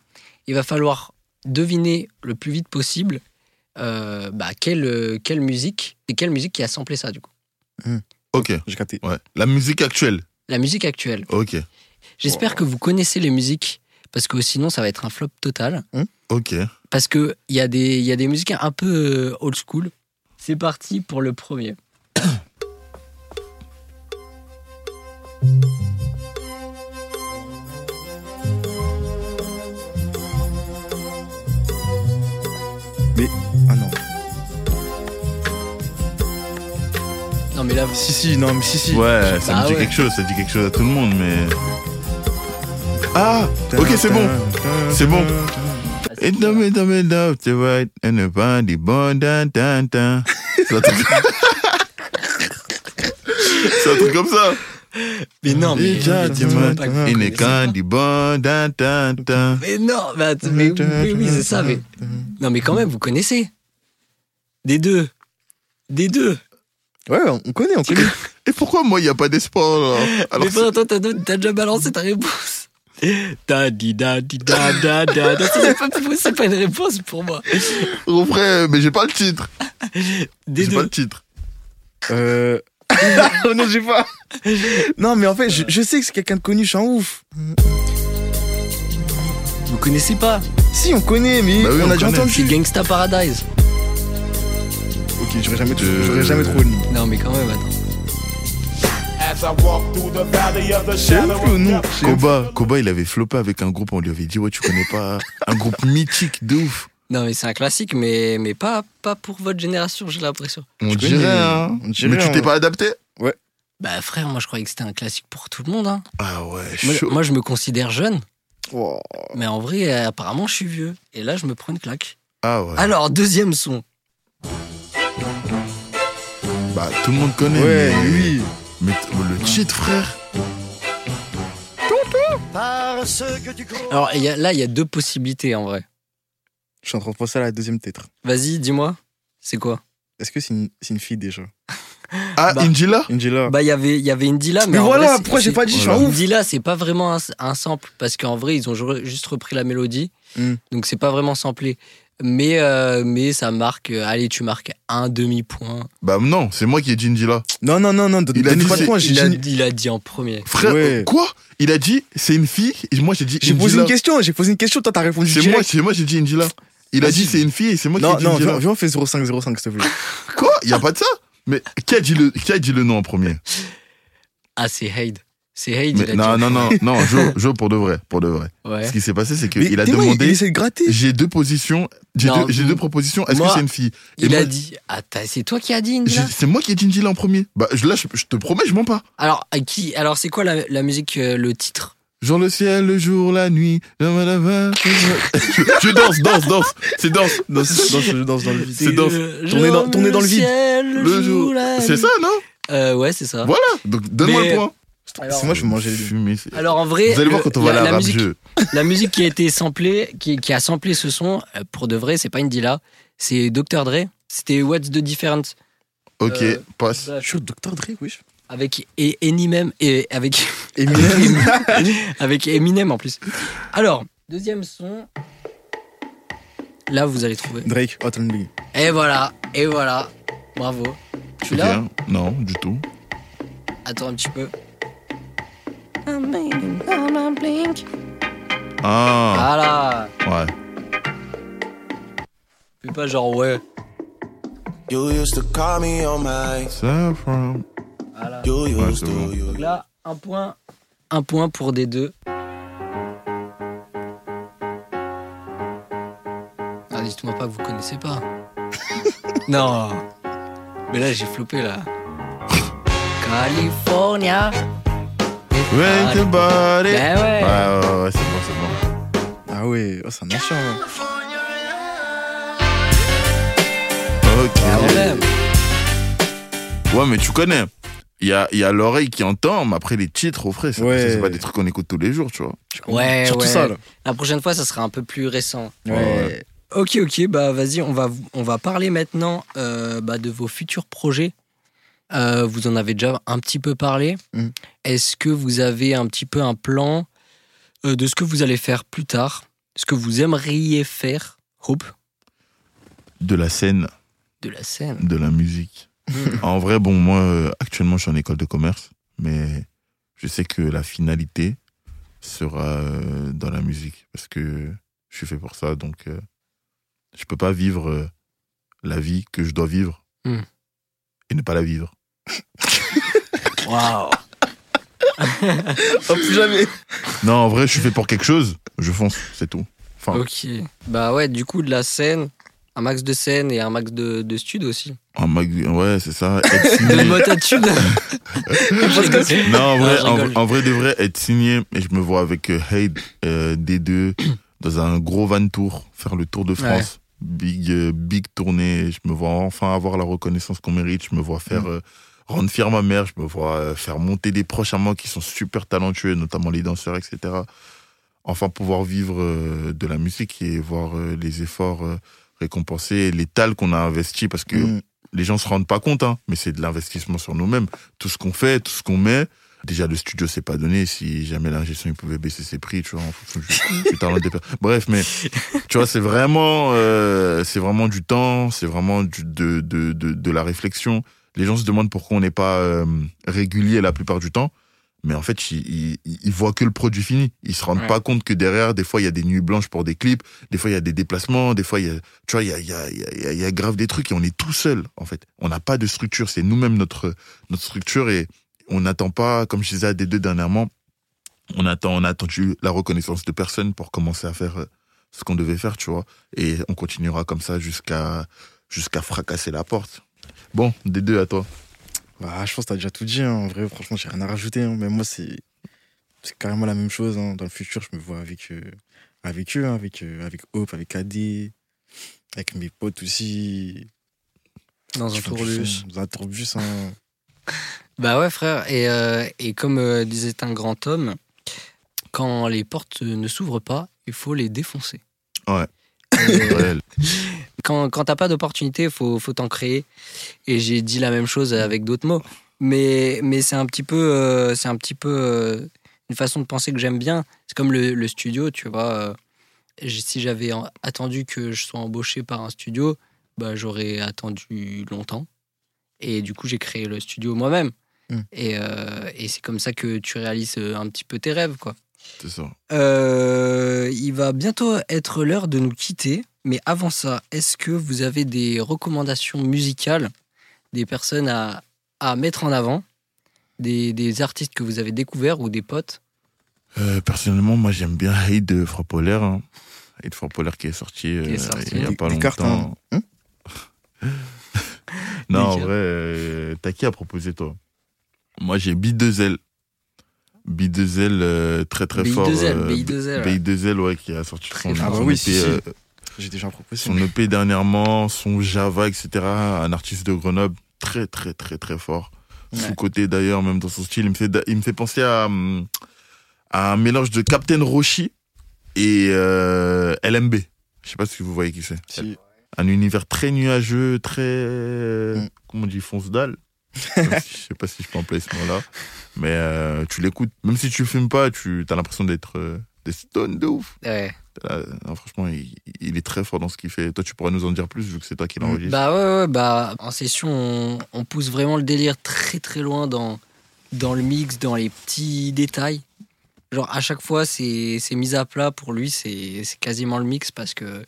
S2: Il va falloir deviner le plus vite possible euh, bah, quelle, euh, quelle musique et quelle musique qui a samplé ça du coup.
S3: Ok.
S4: J'ai capté.
S3: Ouais. La musique actuelle.
S2: La musique actuelle.
S3: Ok.
S2: J'espère que vous connaissez les musiques, parce que sinon ça va être un flop total.
S3: Hein Ok.
S2: Parce qu'il y, a des- il y a des musiques un peu euh, old school. C'est parti pour le premier.
S4: Ah non.
S2: Non mais là, vous-
S4: Si, si, non, mais si, si.
S3: Ouais, ça
S2: Bah
S3: me dit
S2: ouais.
S3: quelque chose, ça dit quelque chose à tout le monde, mais. Ah Ok, c'est bon. C'est bon. Et non, mais non, mais non, tu vois, and the body bon, dan, dan, dan. C'est un truc. C'est un truc comme ça.
S2: Mais non, mais. mais
S3: Déjà, tu
S2: tu
S3: m'as-
S2: vas pas connaître
S3: Il n'est
S2: Ah, ça.
S3: qu'un du bon, d'un, d'un, d'un.
S2: Mais non, mais, attends, mais oui, oui, oui, c'est ça, mais. Non, mais quand même, vous connaissez. Des deux. Des deux.
S4: Ouais, on connaît, on connaît.
S3: Et pourquoi moi, il n'y a pas d'espoir là Alors,
S2: mais pendant toi, t'as don- t'as déjà balancé ta réponse. Da di da di da da da. da. Ça, C'est pas, possible, c'est pas une réponse pour moi.
S3: c'est- Au vrai, mais j'ai pas le titre.
S2: Des
S3: J'ai pas
S2: deux.
S3: le titre.
S4: Euh... non, j'ai pas. Non, mais en fait, je, je sais que c'est quelqu'un de connu, je suis un ouf.
S2: Vous connaissez pas
S4: Si, on connaît, mais
S3: Bah oui,
S4: on,
S3: on
S4: a déjà
S3: connaît.
S2: C'est
S4: entendu.
S2: Gangsta Paradise.
S4: Ok, j'aurais jamais, trou-
S3: Euh,
S4: j'aurais jamais trouvé le nom.
S2: Non, mais quand même, attends.
S5: As I walk through the valley of the
S4: Je sais même
S5: shadow
S4: plus le
S5: of
S4: nom.
S5: death.
S4: je sais même plus.
S3: Koba, Koba, il avait floppé avec un groupe. On lui avait dit, ouais, tu connais pas un groupe mythique de ouf.
S2: Non, mais c'est un classique, mais, mais pas, pas pour votre génération, j'ai l'impression.
S3: On
S4: Je connais,
S3: dirait, hein.
S4: on dirait,
S3: mais tu t'es
S4: on-
S3: pas adapté
S2: Bah, frère, moi, je croyais que c'était un classique pour tout le monde. Hein.
S3: Ah ouais,
S2: Moi,
S3: chaud. Oh.
S2: moi, je me considère jeune,
S4: Wow.
S2: mais en vrai, euh, apparemment, je suis vieux. Et là, je me prends une claque.
S3: Ah ouais.
S2: Alors, deuxième son.
S3: Bah, tout le monde connaît.
S4: Ouais,
S3: mais...
S4: oui.
S3: Mais t- le titre, frère.
S2: Alors, il y a- là, il y a deux possibilités, en vrai.
S4: Je suis en train de penser à la deuxième titre.
S2: Vas-y, dis-moi, c'est quoi
S4: Est-ce que c'est une, c'est une fille déjà
S3: Ah,
S2: Bah.
S3: Injila
S4: Angela.
S2: Bah, il y avait, il y avait Indila, mais.
S4: mais
S2: en
S4: voilà,
S2: vrai, c'est-
S4: pourquoi j'ai
S2: c'est-
S4: pas dit, je suis un
S3: Voilà.
S4: ouf
S2: Indila, c'est pas vraiment un, un sample, parce qu'en vrai, ils ont ju- juste repris la mélodie,
S4: Mm.
S2: donc c'est pas vraiment samplé. Mais, euh, mais ça marque, euh, allez, tu marques un demi-point.
S3: Bah non, c'est moi qui ai dit Injila.
S4: Non, non, non, non, don-
S3: Il a
S4: donnez
S3: dit
S4: pas de
S3: c'est-
S4: points. J'ai
S2: Il a,
S4: j'ai-
S2: il a dit en premier.
S3: Frère,
S4: Ouais.
S3: euh, quoi Il a dit, c'est une fille. Et moi, j'ai dit
S4: j'ai posé
S3: Injila.
S4: une question, j'ai posé une question, toi t'as répondu
S3: C'est
S4: direct.
S3: moi, c'est moi, j'ai dit Injila. Il a
S4: Vas-y.
S3: dit, c'est une fille et c'est moi
S4: Non,
S3: qui ai dit
S4: non,
S3: Injila.
S4: viens, viens, on fait 0505, s'il te plaît.
S3: Quoi Il a pas de ça Mais qui a, dit le, qui a dit le nom en premier
S2: Ah, c'est Hayd. C'est Hayd,
S3: Mais
S2: il a
S3: Non,
S2: dit.
S3: non, non, non, Joe, Joe, pour de vrai, pour de vrai.
S2: Ouais.
S3: Ce qui s'est passé, c'est
S4: Mais
S3: qu'il a
S4: dis-moi, Il
S3: demandé,
S4: essaie de gratter.
S3: j'ai deux positions, j'ai
S2: Non,
S3: deux, j'ai
S2: m-
S3: deux propositions, est-ce que
S2: moi,
S3: c'est une fille Et
S2: Il
S3: moi,
S2: a dit. Attends, c'est toi qui as dit
S3: j'ai-
S2: Indila
S3: C'est moi qui ai dit Injila en premier. Bah je- là, je, je te promets, je mens pas.
S2: Alors, à qui Alors, c'est quoi la, la musique, euh, le titre
S3: Genre le ciel, le jour, la nuit, la la- la- la- je, je danse, danse, danse, c'est danse.
S4: Dans, ce- dans, ce- dans, ce- dans le vide.
S3: C'est dans-
S2: euh,
S4: tourner dans-
S2: Jean,
S4: tourner dans le vide.
S2: ciel, le
S3: Le jour,
S2: jour, la
S3: c'est
S2: nuit.
S3: ça, non
S2: Euh, ouais, c'est ça.
S3: Voilà, donc donne-moi
S2: Mais-
S3: le point.
S4: C'est moi, je vais manger les deux.
S3: Fumer, c'est-
S2: Alors en vrai,
S3: Vous allez voir
S2: le-
S3: quand on va
S2: la,
S3: à
S2: la
S3: la rap
S2: musique,
S3: jeu.
S2: la musique qui a été samplée, qui, qui a samplé ce son, euh, pour de vrai, c'est pas Indila, c'est Dr Dre. C'était What's the Difference
S3: Ok,
S2: Euh,
S3: passe.
S4: Je suis au Dr. Dre, oui.
S2: avec et Eminem et avec
S4: Eminem.
S2: avec Eminem en plus. Alors deuxième son. Là vous allez trouver.
S4: Drake, oh, Hot and Big.
S2: Et voilà, et voilà, bravo. Tu l'as
S3: Ok, hein. Non, du tout.
S2: Attends un petit peu.
S3: Ah,
S2: Voilà.
S3: ouais.
S2: Fais pas genre ouais.
S5: You used to call me on my.
S3: Ça, from-
S2: Voilà.
S5: You
S3: Ouais, c'est
S5: used to.
S3: bon.
S5: you-
S2: Donc là un point, un point pour des deux. Ah, dites-moi pas que vous connaissez pas. non. Mais là, j'ai flopé, là. California.
S3: Wait
S2: Ah,
S3: about it.
S2: Ben ouais.
S3: Ouais, ouais, ouais, c'est bon, c'est bon.
S4: Ah ouais, oh, c'est un ancien. hein.
S3: Ok.
S2: Quand même.
S3: ouais, mais tu connais. Il y a, il y a l'oreille qui entend, mais après les titres, au frais, c'est
S4: Ouais.
S3: c'est pas des trucs qu'on écoute tous les jours, tu vois.
S4: Je comprends.
S2: Ouais,
S4: Surtout
S2: ouais.
S4: ça, là.
S2: La prochaine fois, ça sera un peu plus récent.
S3: Ouais.
S2: Ok, ok, bah vas-y, on va, on va parler maintenant euh, bah, de vos futurs projets. Euh, vous en avez déjà un petit peu parlé.
S3: Mm.
S4: Mhm.
S2: Est-ce que vous avez un petit peu un plan euh, de ce que vous allez faire plus tard Ce que vous aimeriez faire Hope
S3: De la scène,
S2: de la scène.
S3: de la musique.
S2: Mm.
S3: en vrai, bon, moi, euh, actuellement, je suis en école de commerce, mais je sais que la finalité sera euh, dans la musique parce que je suis fait pour ça, donc euh, je peux pas vivre euh, la vie que je dois vivre
S2: Hmm.
S3: et ne pas la vivre.
S2: Waouh
S4: Oh, plus jamais.
S3: Non, en vrai, je suis fait pour quelque chose, je fonce, c'est tout. Enfin,
S2: Ok. Bah ouais, du coup, de la scène, un max de scène et un max de, de stud aussi.
S3: un mag... ouais, c'est ça. être
S2: De
S3: signé.
S2: motatude
S3: non, en vrai,
S2: je
S3: en,
S2: rigole.
S3: en vrai, de vrai, être signé, et je me vois avec euh, Hayd, euh, D2, dans un gros van tour, faire le tour de France. Big, euh, big tournée, je me vois enfin avoir la reconnaissance qu'on mérite, je me vois faire euh, rendre fier ma mère, je me vois euh, faire monter des proches à moi qui sont super talentueux, notamment les danseurs, etc. Enfin, pouvoir vivre euh, de la musique et voir euh, les efforts euh, récompensés, les tals qu'on a investis, parce que
S4: Mm.
S3: les gens se rendent pas compte, hein, mais c'est de l'investissement sur nous-mêmes. Tout ce qu'on fait, tout ce qu'on met. Déjà, le studio, c'est pas donné. Si jamais l'ingé son, il pouvait baisser ses prix, tu vois, en fonction du, du talent des personnes. Bref, mais tu vois, c'est vraiment, euh, c'est vraiment du temps, c'est vraiment du, de, de, de, de la réflexion. Les gens se demandent pourquoi on n'est pas euh, régulier la plupart du temps. Mais en fait, ils, ils, ils voient que le produit fini. Ils se rendent
S2: Ouais.
S3: pas compte que derrière, des fois, il y a des nuits blanches pour des clips, des fois, il y a des déplacements, des fois, il y a, tu vois, il y a, il y, a, il y a- il y a- il y a grave des trucs et on est tout seul, en fait. On n'a pas de structure, c'est nous-mêmes notre, notre structure et on n'attend pas, comme je disais à des deux dernièrement, on attend, on a attendu la reconnaissance de personne pour commencer à faire euh, ce qu'on devait faire, tu vois. Et on continuera comme ça jusqu'à, jusqu'à fracasser la porte. Bon, des deux à toi.
S4: Bah, je pense que t'as déjà tout dit. hein. En vrai, franchement, j'ai rien à rajouter. hein. Mais moi, c'est c'est carrément la même chose. hein. Dans le futur, je me vois avec, euh, avec eux, hein, avec, euh, avec Hope, avec AD, avec mes potes aussi.
S2: Dans
S4: qui
S2: un
S4: font du
S2: tourbus.
S4: son, Dans un tourbus. hein.
S2: Bah ouais, frère. Et, euh, et comme euh, disait un grand homme, quand les portes ne s'ouvrent pas, il faut les défoncer.
S3: Ouais.
S2: Euh,
S3: Réel.
S2: quand quand t'as pas d'opportunité, faut faut t'en créer. Et j'ai dit la même chose avec d'autres mots, mais mais c'est un petit peu euh, c'est un petit peu euh, une façon de penser que j'aime bien. C'est comme le, le studio, tu vois. euh, j'ai- si j'avais en- attendu que je sois embauché par un studio, bah j'aurais attendu longtemps. Et du coup, j'ai créé le studio moi-même.
S4: Mm.
S2: Et, euh, et c'est comme ça que tu réalises euh, un petit peu tes rêves, quoi.
S3: C'est ça.
S2: Euh, il va bientôt être l'heure de nous quitter. Mais avant ça, est-ce que vous avez des recommandations musicales, des personnes à, à mettre en avant, des, des artistes que vous avez découverts ou des potes
S3: Euh, personnellement, moi, j'aime bien Hate de Franc Polaire. Hein. Hate Franc Polaire qui est sorti euh,
S2: Qui est sorti.
S3: il y a
S4: Des-
S3: pas
S4: des cartes, hein.
S3: longtemps. non, en
S2: Nickel.
S3: vrai, euh, t'as qui à proposer, toi Moi, j'ai B2L. B2L, euh, très très fort.
S2: BI2L,
S3: euh,
S2: BI2L.
S3: B2L, ouais, qui a sorti son,
S4: fort. Ah bah
S3: son
S4: oui,
S3: EP,
S4: si, si.
S3: euh,
S4: J'ai déjà proposé.
S3: son EP dernièrement, son Java, etc. Un artiste de Grenoble très très très très fort.
S2: Ouais.
S3: Sous-côté d'ailleurs, même dans son style, il me fait, il me fait penser à, hum, à un mélange de Captain Roshi et euh, LMB. Je sais pas si vous voyez qui c'est.
S4: Si.
S3: Un univers très nuageux, très euh,
S4: Mm.
S3: comment on dit fonce dalle. je sais pas si je peux employer ce mot-là, mais euh, tu l'écoutes. Même si tu fumes pas, tu as l'impression d'être euh, des stones de ouf.
S2: Ouais.
S3: Là, non, franchement, il, il est très fort dans ce qu'il fait. Toi, tu pourrais nous en dire plus vu que c'est toi qui l'enregistre.
S2: Bah ouais, ouais, bah en session, on, on pousse vraiment le délire très très loin dans, dans le mix, dans les petits détails. Genre à chaque fois, c'est c'est mis à plat pour lui, c'est c'est quasiment le mix parce que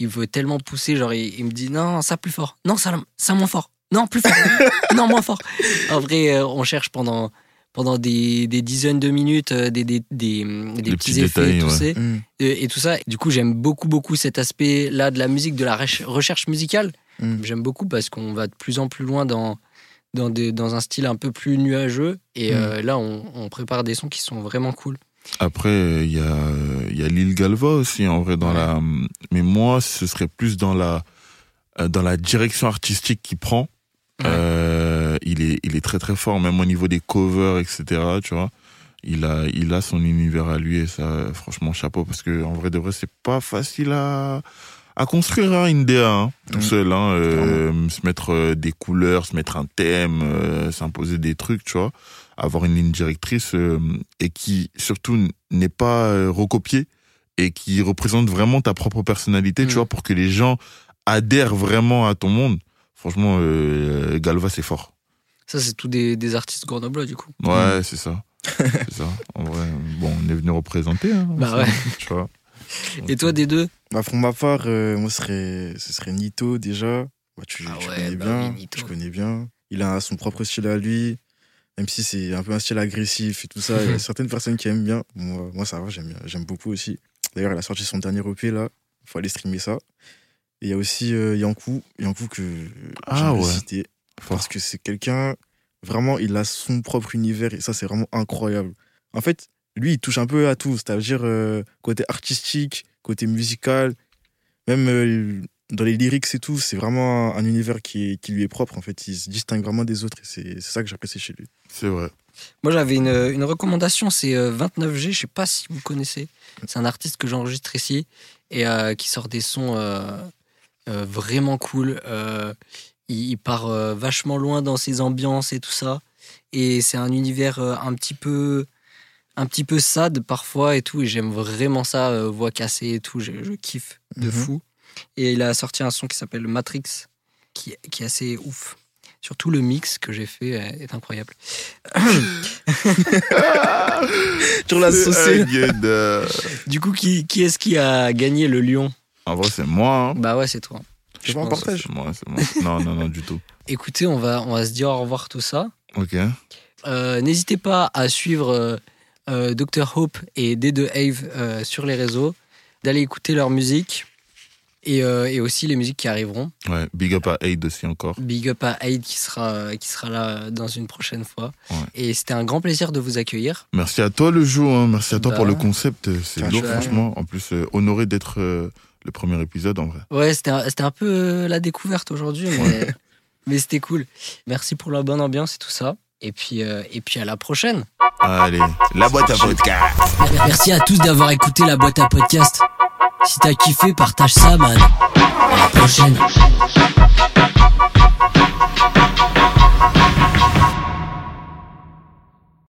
S2: il veut tellement pousser. Genre il, il me dit non, ça plus fort, non, ça, ça moins fort, non, plus fort, non, moins fort. En vrai, euh, on cherche pendant, pendant des, des dizaines de minutes euh, des, des, des, des
S3: Des
S2: petits,
S3: petits
S2: effets,
S3: détails,
S2: tout
S3: ouais.
S2: ça
S4: Mm.
S2: et, et tout ça. Du coup, j'aime beaucoup, beaucoup cet aspect-là de la musique, de la reche- recherche musicale.
S4: Mm.
S2: J'aime beaucoup parce qu'on va de plus en plus loin dans, dans, des, dans un style un peu plus nuageux. Et
S4: Mm.
S2: euh, là, on, on prépare des sons qui sont vraiment cool.
S3: Après, euh, il y a, euh, il y a Lil Galva aussi, en vrai, dans
S2: Ouais.
S3: la. Mais moi, ce serait plus dans la, euh, dans la direction artistique qu'il prend.
S2: Ouais.
S3: Euh, il est, il est très très fort, même au niveau des covers, etc. Tu vois, il a, il a son univers à lui et ça, franchement, chapeau, parce que en vrai de vrai, c'est pas facile à, à construire hein, une DA hein, tout
S4: Mm.
S3: seul, hein, euh, se mettre euh, des couleurs, se mettre un thème, euh, s'imposer des trucs, tu vois, avoir une ligne directrice euh, et qui surtout n- n'est pas euh, recopiée et qui représente vraiment ta propre personnalité,
S2: Mm.
S3: tu vois, pour que les gens adhèrent vraiment à ton monde. Franchement, euh, Galva, c'est fort.
S2: Ça, c'est tout des, des artistes grenoblois, du coup.
S3: Ouais, c'est ça. c'est ça. En vrai, bon, on est venu représenter. Hein,
S2: Bah
S3: ça,
S2: ouais.
S3: Tu vois.
S2: Et toi, des deux
S4: Bah, pour ma part, euh, moi, ce serait, ce serait Nito déjà. Bah, tu,
S2: Ah
S4: tu
S2: ouais,
S4: connais
S2: bah
S4: bien.
S2: oui, Nito.
S4: tu connais bien. Il a son propre style à lui, même si c'est un peu un style agressif et tout ça. Il y a certaines personnes qui aiment bien. Moi, moi ça va, j'aime bien. J'aime beaucoup aussi. D'ailleurs, il a sorti son dernier EP là. Il faut aller streamer ça. Et il y a aussi euh, Yankou. Yankou que euh,
S3: Ah
S4: j'aimerais
S3: ouais.
S4: citer.
S3: Fort.
S4: Parce que c'est quelqu'un, vraiment, il a son propre univers et ça, c'est vraiment incroyable. En fait, lui, il touche un peu à tout, c'est-à-dire euh, côté artistique, côté musical, même euh, dans les lyrics et tout, c'est vraiment un univers qui, est- qui lui est propre, en fait. Il se distingue vraiment des autres et c'est c'est ça que j'apprécie chez lui.
S3: C'est vrai.
S2: Moi, j'avais une, une recommandation, c'est euh, 29G, je sais pas si vous connaissez. C'est un artiste que j'enregistre ici et euh, qui sort des sons euh, euh, vraiment cool. Euh, il, il part euh, vachement loin dans ses ambiances et tout ça. Et c'est un univers euh, un petit peu un petit peu sad parfois et tout. Et j'aime vraiment ça, euh, voix cassée et tout. Je, je kiffe de
S4: Mhm.
S2: fou. Et il a sorti un son qui s'appelle Matrix, qui, qui est assez ouf. Surtout le mix que j'ai fait euh, est incroyable.
S4: Sur
S3: C'est un guide, euh,
S2: Du coup, qui, qui est-ce qui a gagné le lion
S3: En vrai, c'est moi. hein.
S2: Bah ouais, c'est toi.
S4: Je
S2: pense.
S4: en partage.
S3: C'est moi, c'est moi. Non, non, non, du tout.
S2: Écoutez, on va, on va se dire au revoir tout ça.
S3: Ok.
S2: Euh, N'hésitez pas à suivre euh, euh, Dr Hope et D2 Ave euh, sur les réseaux, d'aller écouter leur musique et, euh, et aussi les musiques qui arriveront.
S3: Ouais, big up à Aid aussi encore.
S2: Big up à Aid qui sera, euh, qui sera là euh, dans une prochaine fois.
S3: Ouais.
S2: Et c'était un grand plaisir de vous accueillir.
S3: Merci à toi le jour, hein. merci à toi
S2: Bah.
S3: pour le concept, c'est
S4: Tiens,
S3: lourd
S2: je-
S3: franchement. En plus, euh, honoré d'être euh, le premier épisode en vrai.
S2: Ouais, c'était un, c'était un peu euh, la découverte aujourd'hui, mais, mais c'était cool. Merci pour la bonne ambiance et tout ça. Et puis, euh, et puis à la prochaine.
S3: Allez, la boîte à podcast.
S1: Merci à tous d'avoir écouté la boîte à podcast. Si t'as kiffé, partage ça, man. À la prochaine.